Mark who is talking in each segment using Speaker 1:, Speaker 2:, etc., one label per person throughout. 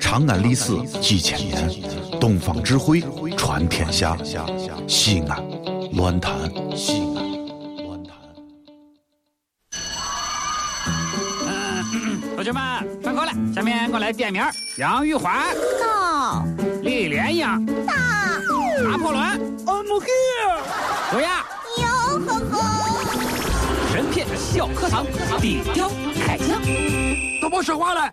Speaker 1: 长安历史几千年，东方智慧传天下。西安，乱谈西安。乱谈。
Speaker 2: 同学们上课了，下面我来点名：杨玉环、
Speaker 3: 到
Speaker 2: 李莲英、
Speaker 3: 大
Speaker 2: 拿破仑、
Speaker 4: I'm here。
Speaker 2: 卓雅。
Speaker 3: 哟呵呵，
Speaker 2: 神片小课堂，底雕开箱。
Speaker 4: 都别说话了。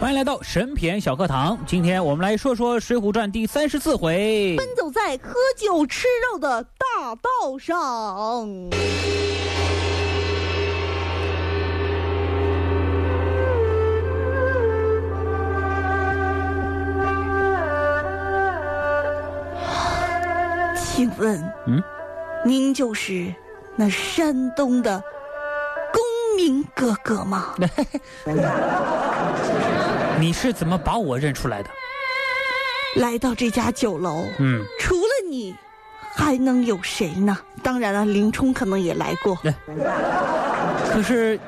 Speaker 5: 欢迎来到神篇小课堂，今天我们来说说《水浒传》第三十四回。
Speaker 3: 奔走在喝酒吃肉的大道上。请问，
Speaker 5: 嗯，
Speaker 3: 您就是那山东的公明哥哥吗？
Speaker 5: 你是怎么把我认出来的？
Speaker 3: 来到这家酒楼，
Speaker 5: 嗯，
Speaker 3: 除了你，还能有谁呢？当然了，林冲可能也来过。
Speaker 5: 可是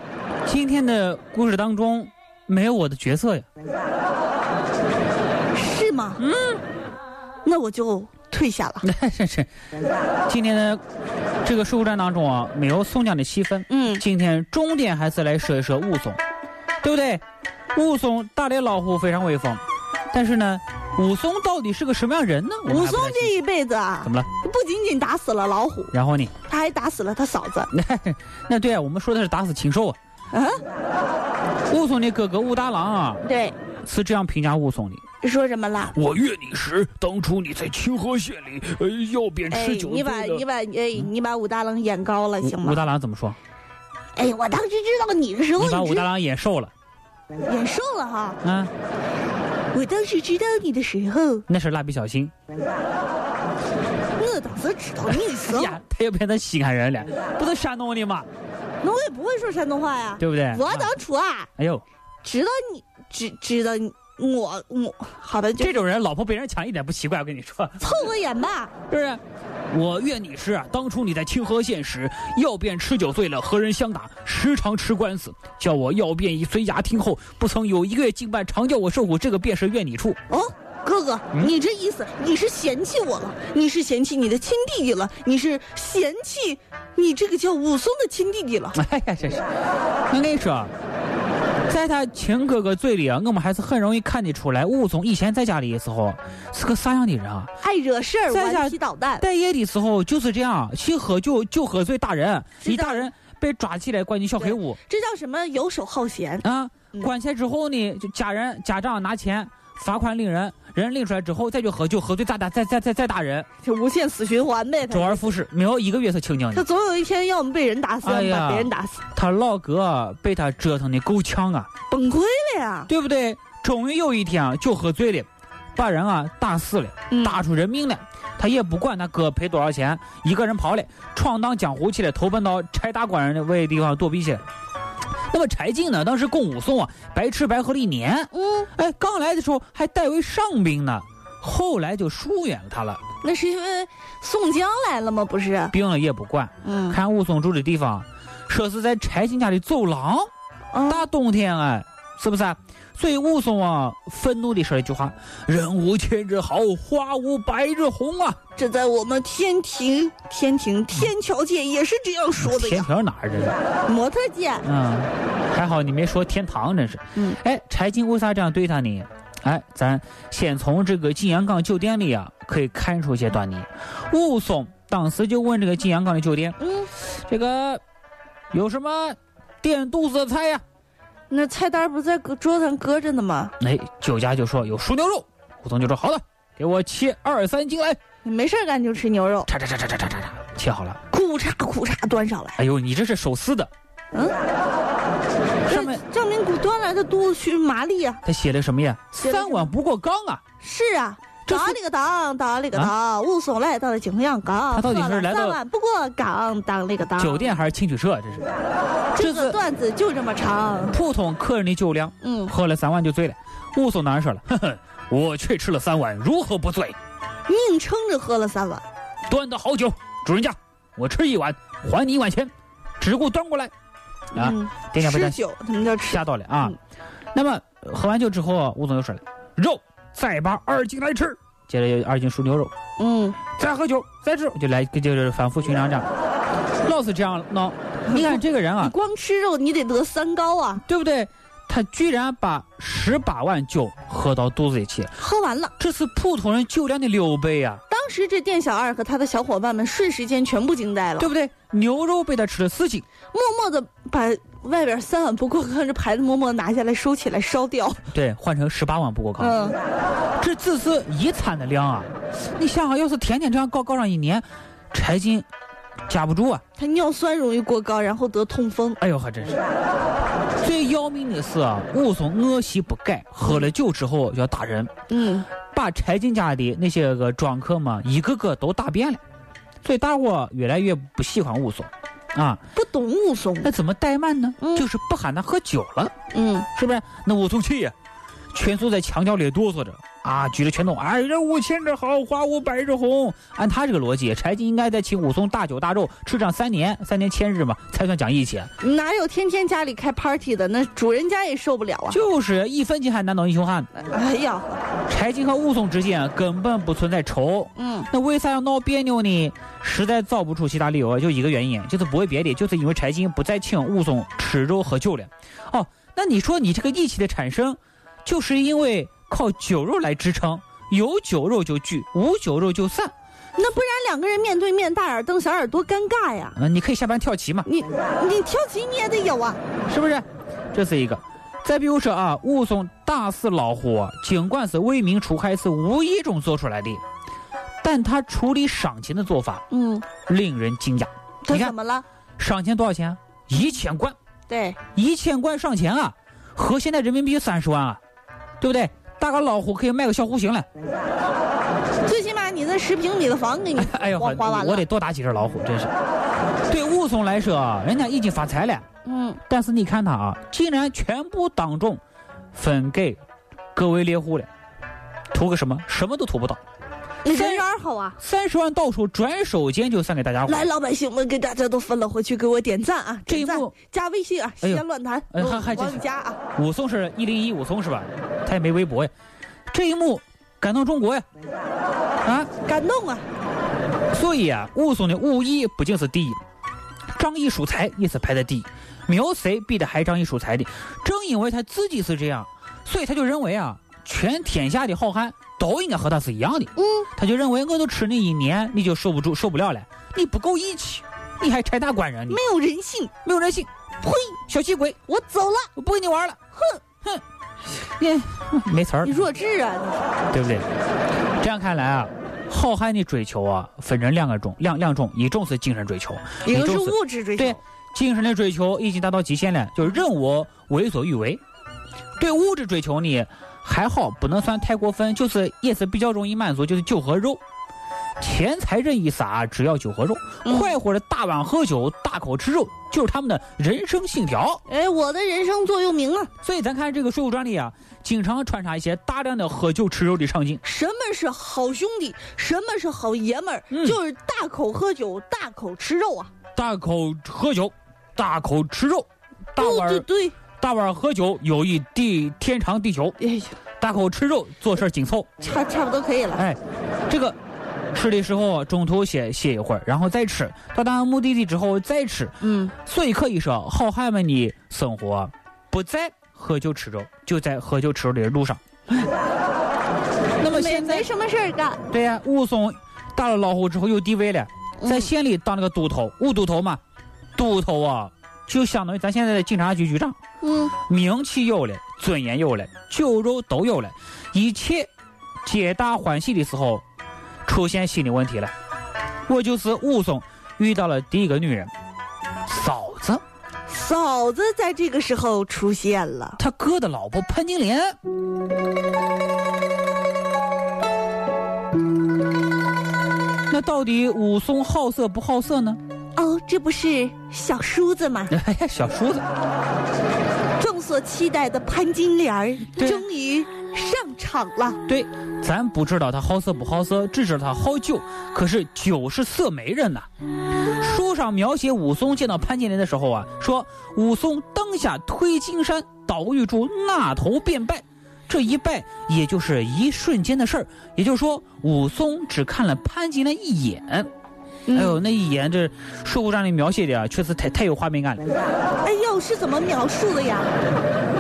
Speaker 5: 今天的故事当中没有我的角色呀。
Speaker 3: 是吗？嗯，那我就退下 了。
Speaker 5: 是是，今天的这个水浒传当中啊，没有宋江的戏份。
Speaker 3: 嗯
Speaker 5: 今天重点还是来说一说武松，对不对？武松打猎老虎非常威风，但是呢，武松到底是个什么样人 呢？我们
Speaker 3: 武
Speaker 5: 还不
Speaker 3: 松
Speaker 5: 太清
Speaker 3: 这一辈子啊
Speaker 5: 怎，么了？
Speaker 3: 不仅仅打死了老虎，
Speaker 5: 然后你，
Speaker 3: 他还打死了他嫂 子。
Speaker 5: 那对啊，我们说的是打死禽兽啊。
Speaker 3: 啊，
Speaker 5: 武松的哥哥武大郎啊，
Speaker 3: 对，
Speaker 5: 是这样评价武松的：
Speaker 3: 说什么了？
Speaker 4: 我约你时，当初你在清河县里，呃，要便
Speaker 3: 哎，
Speaker 4: 吃酒
Speaker 3: 你
Speaker 4: 醉
Speaker 3: 把
Speaker 4: 的。
Speaker 3: 你把哎，你把武大郎演高了，行
Speaker 5: 嗯武武
Speaker 3: 吗？
Speaker 5: 大郎怎么说？
Speaker 3: 哎，我当时知道你的时候，
Speaker 5: 你把
Speaker 3: 你
Speaker 5: 武大
Speaker 3: 知
Speaker 5: 郎演瘦了
Speaker 3: 演瘦了哈。
Speaker 5: 啊？
Speaker 3: 我当时知道你的时候，
Speaker 5: 那是蜡笔小新。
Speaker 3: 我当时 知道你的时
Speaker 5: 哎
Speaker 3: 候，
Speaker 5: 呀，他又变成西安人了，不是山东的嘛，
Speaker 3: 那我也不会说山东话呀。
Speaker 5: 对不对？
Speaker 3: 我
Speaker 5: 啊
Speaker 3: 当初啊，
Speaker 5: 哎呦，
Speaker 3: 知道你，知知道你，我我好吧，就
Speaker 5: 这种人老婆被人抢一点不奇怪，我跟你说，
Speaker 3: 凑合演吧。
Speaker 5: 是不是？我怨你啊是啊，当初你在清河县时，药便吃酒醉了，和人相打，时常吃官司，叫我药便已随衙听后，不曾有一个月经办，常叫我受苦，这个便是怨你处。
Speaker 3: 哦，哥哥，
Speaker 5: 嗯
Speaker 3: 你这意思，你是嫌弃我了？你是嫌弃你的亲弟弟了？你是嫌弃你这个叫武松的亲弟弟了？
Speaker 5: 哎呀，真是！我跟你说，在他亲哥哥嘴里啊，我们还是很容易看得出来，武松以前在家里的时候是个啥样的人啊？
Speaker 3: 爱惹事儿，
Speaker 5: 在下
Speaker 3: 顽皮捣蛋。
Speaker 5: 待业的时候就是这样，去喝酒就喝醉打人，
Speaker 3: 知道
Speaker 5: 一打人被抓起来关进小黑屋
Speaker 3: 这叫什么游手好闲？
Speaker 5: 啊
Speaker 3: 嗯，
Speaker 5: 关起来之后呢，就家人家长拿钱罚款领人，人领出来之后再去喝酒，喝醉再打再再再再打人，
Speaker 3: 这无限死循环呗。
Speaker 5: 周而复始，没有一个月是清静
Speaker 3: 他
Speaker 5: 的。
Speaker 3: 总有一天要么被人打死，要
Speaker 5: 哎
Speaker 3: 么
Speaker 5: 呀
Speaker 3: 把别人打死，
Speaker 5: 他老哥被他折腾的够呛啊，
Speaker 3: 崩溃了 呀！
Speaker 5: 对不对？终于有一天啊，酒喝醉了，把人啊打死了。
Speaker 3: 嗯
Speaker 5: 打出人命了，他也不管他哥赔多少钱，一个人跑了，闯荡江湖去了，投奔到柴大官人的位地方躲避去了。那么柴进呢，当时供武松啊，白吃白喝了一年，
Speaker 3: 嗯，
Speaker 5: 哎，刚来的时候还代为上宾呢，后来就疏远了他了，
Speaker 3: 那是因为宋江来了吗？不是，
Speaker 5: 病了也不管。
Speaker 3: 嗯，
Speaker 5: 看武松住的地方，说是在柴进家的走廊，
Speaker 3: 嗯
Speaker 5: 大冬天哎，是不是啊、所以武松啊，愤怒地说了一句话：“人无千日好，花无百日红啊。”
Speaker 3: 这在我们天庭、天庭、天桥界也是这样 说的
Speaker 5: 天
Speaker 3: 呀。
Speaker 5: 桥哪儿这是？
Speaker 3: 模特界，
Speaker 5: 嗯，还好你没说天堂，真是。
Speaker 3: 嗯，
Speaker 5: 哎，柴进为啥这样对他呢？哎，咱先从这个金阳冈酒店里啊，可以看出一些端倪。武松当时就问这个金阳冈的酒店，
Speaker 3: 嗯，
Speaker 5: 这个有什么垫肚子的菜呀、
Speaker 3: 那菜单不在搁桌子上搁着呢吗？
Speaker 5: 哎，酒家就说有熟牛肉，武松就说好的，给我切二三斤来，
Speaker 3: 你没事儿干就吃牛肉，
Speaker 5: 叉叉叉叉叉叉叉叉，切好了。
Speaker 3: 库嚓库嚓端上来，
Speaker 5: 哎呦，你这是手撕的，嗯上面
Speaker 3: 这证明古端来的肚子去麻利啊。
Speaker 5: 他写的什么呀？
Speaker 3: 写的什么
Speaker 5: 三碗不过冈啊。
Speaker 3: 是啊，
Speaker 5: 这
Speaker 3: 打
Speaker 5: 是啊
Speaker 3: 里个当，打里个当，无所谓到底怎么样讲。
Speaker 5: 他到底是来到
Speaker 3: 算了算了不过讲当里个当。
Speaker 5: 酒店还是青旅社？啊这是，
Speaker 3: 这
Speaker 5: 这
Speaker 3: 个
Speaker 5: 次
Speaker 3: 段子就这么长。
Speaker 5: 普通客人的酒量，
Speaker 3: 嗯，
Speaker 5: 喝了三碗就醉了。武松难事了，哼哼，我却吃了三碗，如何不醉？
Speaker 3: 硬撑着喝了三碗。
Speaker 5: 端的好酒，主人家，我吃一碗，还你一碗钱，只顾端过来。啊，
Speaker 3: 嗯，
Speaker 5: 店家被他
Speaker 3: 吃酒什么叫吃？
Speaker 5: 吓到了啊。那么呃喝完酒之后，武松又说了：“肉，再把二斤来吃。”接着又二斤熟牛肉，
Speaker 3: 嗯，
Speaker 5: 再喝酒，再吃，就来就是反复循环这样，老是这样 闹。你看这个人
Speaker 3: 你
Speaker 5: 啊，
Speaker 3: 光吃肉你得得三高啊，
Speaker 5: 对不对？他居然把十八碗酒喝到肚子里去，
Speaker 3: 喝完了。
Speaker 5: 这是普通人酒量的六倍啊，
Speaker 3: 当时这店小二和他的小伙伴们瞬时间全部惊呆了
Speaker 5: 对，不对？牛肉被他吃了四斤，
Speaker 3: 默默的把外边三碗不过冈这牌子默默地拿下来收起来烧掉。
Speaker 5: 对，换成十八碗不过冈。
Speaker 3: 嗯，
Speaker 5: 呃这只是一餐的量啊！你想想，要是天天这样搞搞上一年，柴进架不住啊！
Speaker 3: 他尿酸容易过高，然后得痛风。
Speaker 5: 哎呦，还真是。最要命的是啊，武松恶习不改，喝了酒之后要打人，
Speaker 3: 嗯，
Speaker 5: 把柴进家的那些个庄客们一个个都打遍了，所以大伙越来越不喜欢武松。啊，
Speaker 3: 不懂武松。
Speaker 5: 那怎么怠慢呢？
Speaker 3: 嗯
Speaker 5: 就是不喊他喝酒了，
Speaker 3: 嗯，
Speaker 5: 是不是？那武松气呀，蜷缩在墙角里哆嗦着啊，举着拳头，哎，人五千之好，花无百日红。按他这个逻辑，柴进应该在请武松大酒大肉吃上三年，三年千日嘛，才算讲义气。啊
Speaker 3: 哪有天天家里开 party 的？那主人家也受不了啊。
Speaker 5: 就是一分钱还难倒英雄汉。
Speaker 3: 哎呀，
Speaker 5: 柴进和武松之间根本不存在仇，
Speaker 3: 嗯，
Speaker 5: 那为啥要闹别扭呢？实在找不出其他理由，啊就一个原因，就是不为别的，就是因为柴进不再请武松吃肉喝酒了。哦，那你说你这个义气的产生，就是因为靠酒肉来支撑，有酒肉就聚，无酒肉就散。
Speaker 3: 那不然两个人面对面大眼瞪小眼多尴尬呀！
Speaker 5: 嗯、你可以下班跳棋嘛，
Speaker 3: 你你跳棋你也得有啊。
Speaker 5: 是不是？这是一个。再比如说啊，武松打死老虎啊，尽管是为民除害，是无意中做出来的，但他处理赏钱的做法
Speaker 3: 嗯，
Speaker 5: 令人惊讶。
Speaker 3: 他
Speaker 5: 你看
Speaker 3: 怎么了？
Speaker 5: 赏钱多少钱啊？一千贯，
Speaker 3: 对，
Speaker 5: 一千贯赏钱啊，合现在人民币三十万啊，对不对？打个老虎可以卖个小户型了。
Speaker 3: 最起码你那十平米的 房给你
Speaker 5: 哎呦，
Speaker 3: 花花完
Speaker 5: 我
Speaker 3: 了。
Speaker 5: 得多打几只老虎，真是。对武松来说啊，人家已经发财了，
Speaker 3: 嗯，
Speaker 5: 但是你看他啊，竟然全部当众分给各位猎户了，图个什么？什么都图不到。
Speaker 3: 你
Speaker 5: 三
Speaker 3: 人缘好啊。
Speaker 5: 三十万到手，转手间就散给大家伙。
Speaker 3: 来，老百姓们给大家都分了回去，给我点赞啊！
Speaker 5: 这一
Speaker 3: 点赞
Speaker 5: 幕
Speaker 3: 加微信啊，
Speaker 5: 哎
Speaker 3: 西
Speaker 5: 呦
Speaker 3: 安乱谈，
Speaker 5: 哎还还
Speaker 3: 我
Speaker 5: 真是
Speaker 3: 们加啊！
Speaker 5: 武松是一零一武松是吧？他也没微博呀。这一幕感动中国呀，啊！
Speaker 3: 感动啊！
Speaker 5: 所以啊，武松的武艺不仅是第一，仗义疏财也是排在第一，没有谁比得还仗义疏财的。正因为他自己是这样，所以他就认为啊，全天下的好汉都应该和他是一样的。
Speaker 3: 嗯，
Speaker 5: 他就认为我都吃你一年，你就受不住、受不了了，你不够义气，你还拆大官人呢
Speaker 3: 没，有人性，
Speaker 5: 没有人性，
Speaker 3: 呸！
Speaker 5: 小气鬼，
Speaker 3: 我走了，
Speaker 5: 我不跟你玩了，哼哼，你哼没词儿
Speaker 3: 你，弱智啊！
Speaker 5: 对不对？这样看来啊。好汉的追求啊，分成两个种，两两种，一种是精神追求，
Speaker 3: 你一
Speaker 5: 一
Speaker 3: 个
Speaker 5: 种
Speaker 3: 是
Speaker 5: 是
Speaker 3: 物质追求
Speaker 5: 对，精神的追求已经达到极限了，就是任我为所欲为。对物质追求呢，还好不能算太过分，就是也是比较容易满足，就是酒和肉。钱财任意撒，只要酒和肉。
Speaker 3: 嗯
Speaker 5: 快活的大碗喝酒，大口吃肉，就是他们的人生信条。
Speaker 3: 哎，我的人生座右铭啊！
Speaker 5: 所以咱看这个《水浒传》里啊，经常穿插一些大量的喝酒吃肉的场景。
Speaker 3: 什么是好兄弟？什么是好爷们儿？
Speaker 5: 嗯
Speaker 3: 就是大口喝酒，大口吃肉啊！
Speaker 5: 大口喝酒，大口吃肉，大碗
Speaker 3: 对
Speaker 5: 儿
Speaker 3: 对
Speaker 5: 大碗儿喝酒有益地天长地久，
Speaker 3: 对，哎呀，
Speaker 5: 大口吃肉做事儿紧凑。
Speaker 3: 差差不多可以了。
Speaker 5: 哎，这个吃的时候中途歇歇一会儿，然后再吃，到达目的地之后再吃。
Speaker 3: 嗯，
Speaker 5: 所以可以说，好汉们的生活不在喝酒吃肉，就在喝酒吃肉的路上。哎那么
Speaker 3: 没
Speaker 5: 现
Speaker 3: 没
Speaker 5: 在，
Speaker 3: 什么事儿干。
Speaker 5: 对呀、武松打了老虎之后有地位了，在
Speaker 3: 嗯
Speaker 5: 县里当了个都头，武都头嘛，都头啊，就相当于咱现在的警察局局长，
Speaker 3: 嗯，
Speaker 5: 名气有了，尊严有了，酒肉都有了，一切皆大欢喜的时候，出现新的问题了。我就是武松遇到了第一个女人，嫂子，
Speaker 3: 嫂子在这个时候出现了。
Speaker 5: 他哥的老婆潘金莲。那到底武松好色不好色呢？
Speaker 3: 哦，这不是小叔子吗？
Speaker 5: 哎，小叔子，
Speaker 3: 众所期待的潘金莲儿
Speaker 5: 对
Speaker 3: 终于上场了。
Speaker 5: 对，咱不知道他好色不好色，只知道他好酒。可是酒是色媒人呐、书上描写武松见到潘金莲的时候啊，说武松当下推金山倒玉柱，纳头便拜。这一拜也就是一瞬间的事儿，也就是说，武松只看了潘金莲一眼。
Speaker 3: 嗯
Speaker 5: 哎呦，那一眼这书上里描写的啊，确实太太有画面感了。
Speaker 3: 哎呦，是怎么描述的呀？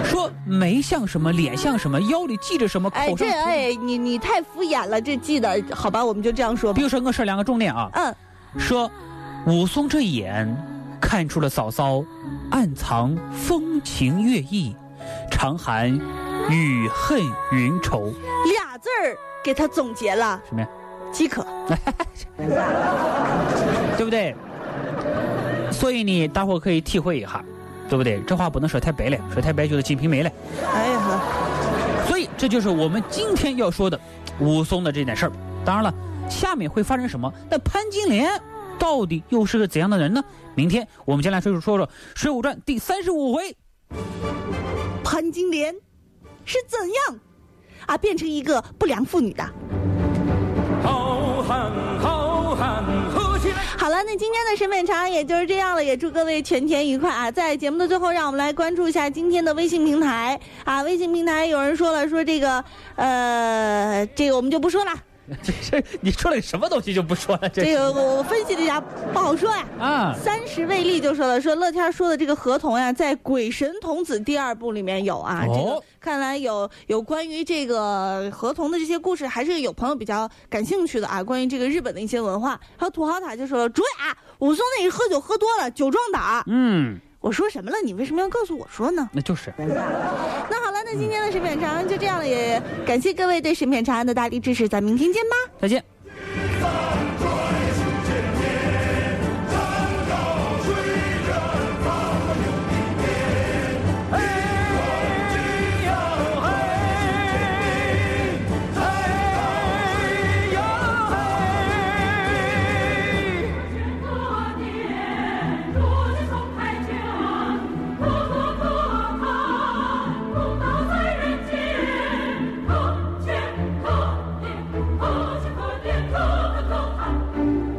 Speaker 5: 说眉像什么，脸像什么，腰里系着什么，
Speaker 3: 哎，
Speaker 5: 口上
Speaker 3: 这
Speaker 5: 涂。
Speaker 3: 哎，你你太敷衍了，这记得好吧？我们就这样说吧
Speaker 5: 比。如说个事儿，两个重点啊，
Speaker 3: 嗯，
Speaker 5: 说武松这眼看出了嫂嫂暗藏风情月意，常含雨恨云愁。
Speaker 3: 俩字儿给他总结了，
Speaker 5: 什么呀？
Speaker 3: 饥渴。
Speaker 5: 对不对？所以你大伙可以体会一下，对不对？这话不能说太白了，说太白就是《金瓶梅》了。
Speaker 3: 哎呀，
Speaker 5: 所以这就是我们今天要说的武松的这件事儿。当然了，下面会发生什么？那潘金莲到底又是个怎样的人呢？明天我们将来说说说说《水浒传》第三十五回。
Speaker 3: 潘金莲是怎样啊变成一个不良妇女的？
Speaker 2: 好汉好汉喝起来！
Speaker 3: 好了，那今天的审美茶也就是这样了，也祝各位全天愉快啊！在节目的最后，让我们来关注一下今天的微信平台啊！微信平台有人说了，说这个呃，这个我们就不说了，
Speaker 5: 这这你说了什么东西就不说了？这
Speaker 3: 这个我我分析了一下，不好说呀、
Speaker 5: 啊，
Speaker 3: 三十位力就说了，说乐天说的这个合同呀、在《鬼神童子》第二部里面有啊。这个
Speaker 5: 哦
Speaker 3: 看来有有关于这个合同的这些故事，还是有朋友比较感兴趣的啊。关于这个日本的一些文化，还有土豪塔就说了，主雅武松那是喝酒喝多了，酒壮胆。
Speaker 5: 嗯，
Speaker 3: 我说什么了？你为什么要告诉我说呢？
Speaker 5: 那就是。
Speaker 3: 那好了，那今天的审片长就这样了，也感谢各位对审片长的大力支持，咱们明天见吧。
Speaker 5: 再见。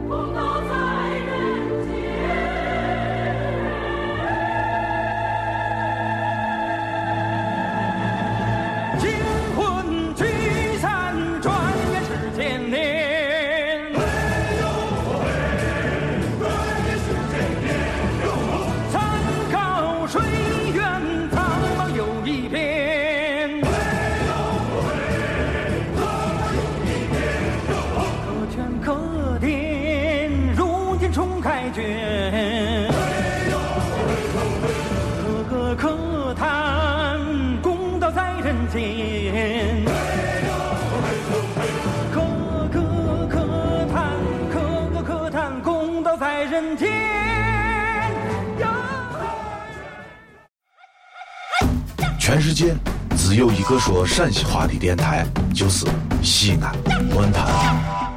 Speaker 6: 功劳在人间。
Speaker 2: 金婚聚散，转眼是千年。山高水远，苍茫有一边。可圈可点，如今重开卷。可歌可叹，公道在人间。可歌可叹，可歌可叹，公道在人间。呀
Speaker 1: 全世界只有一个说陕西话的电台，就是西安论坛。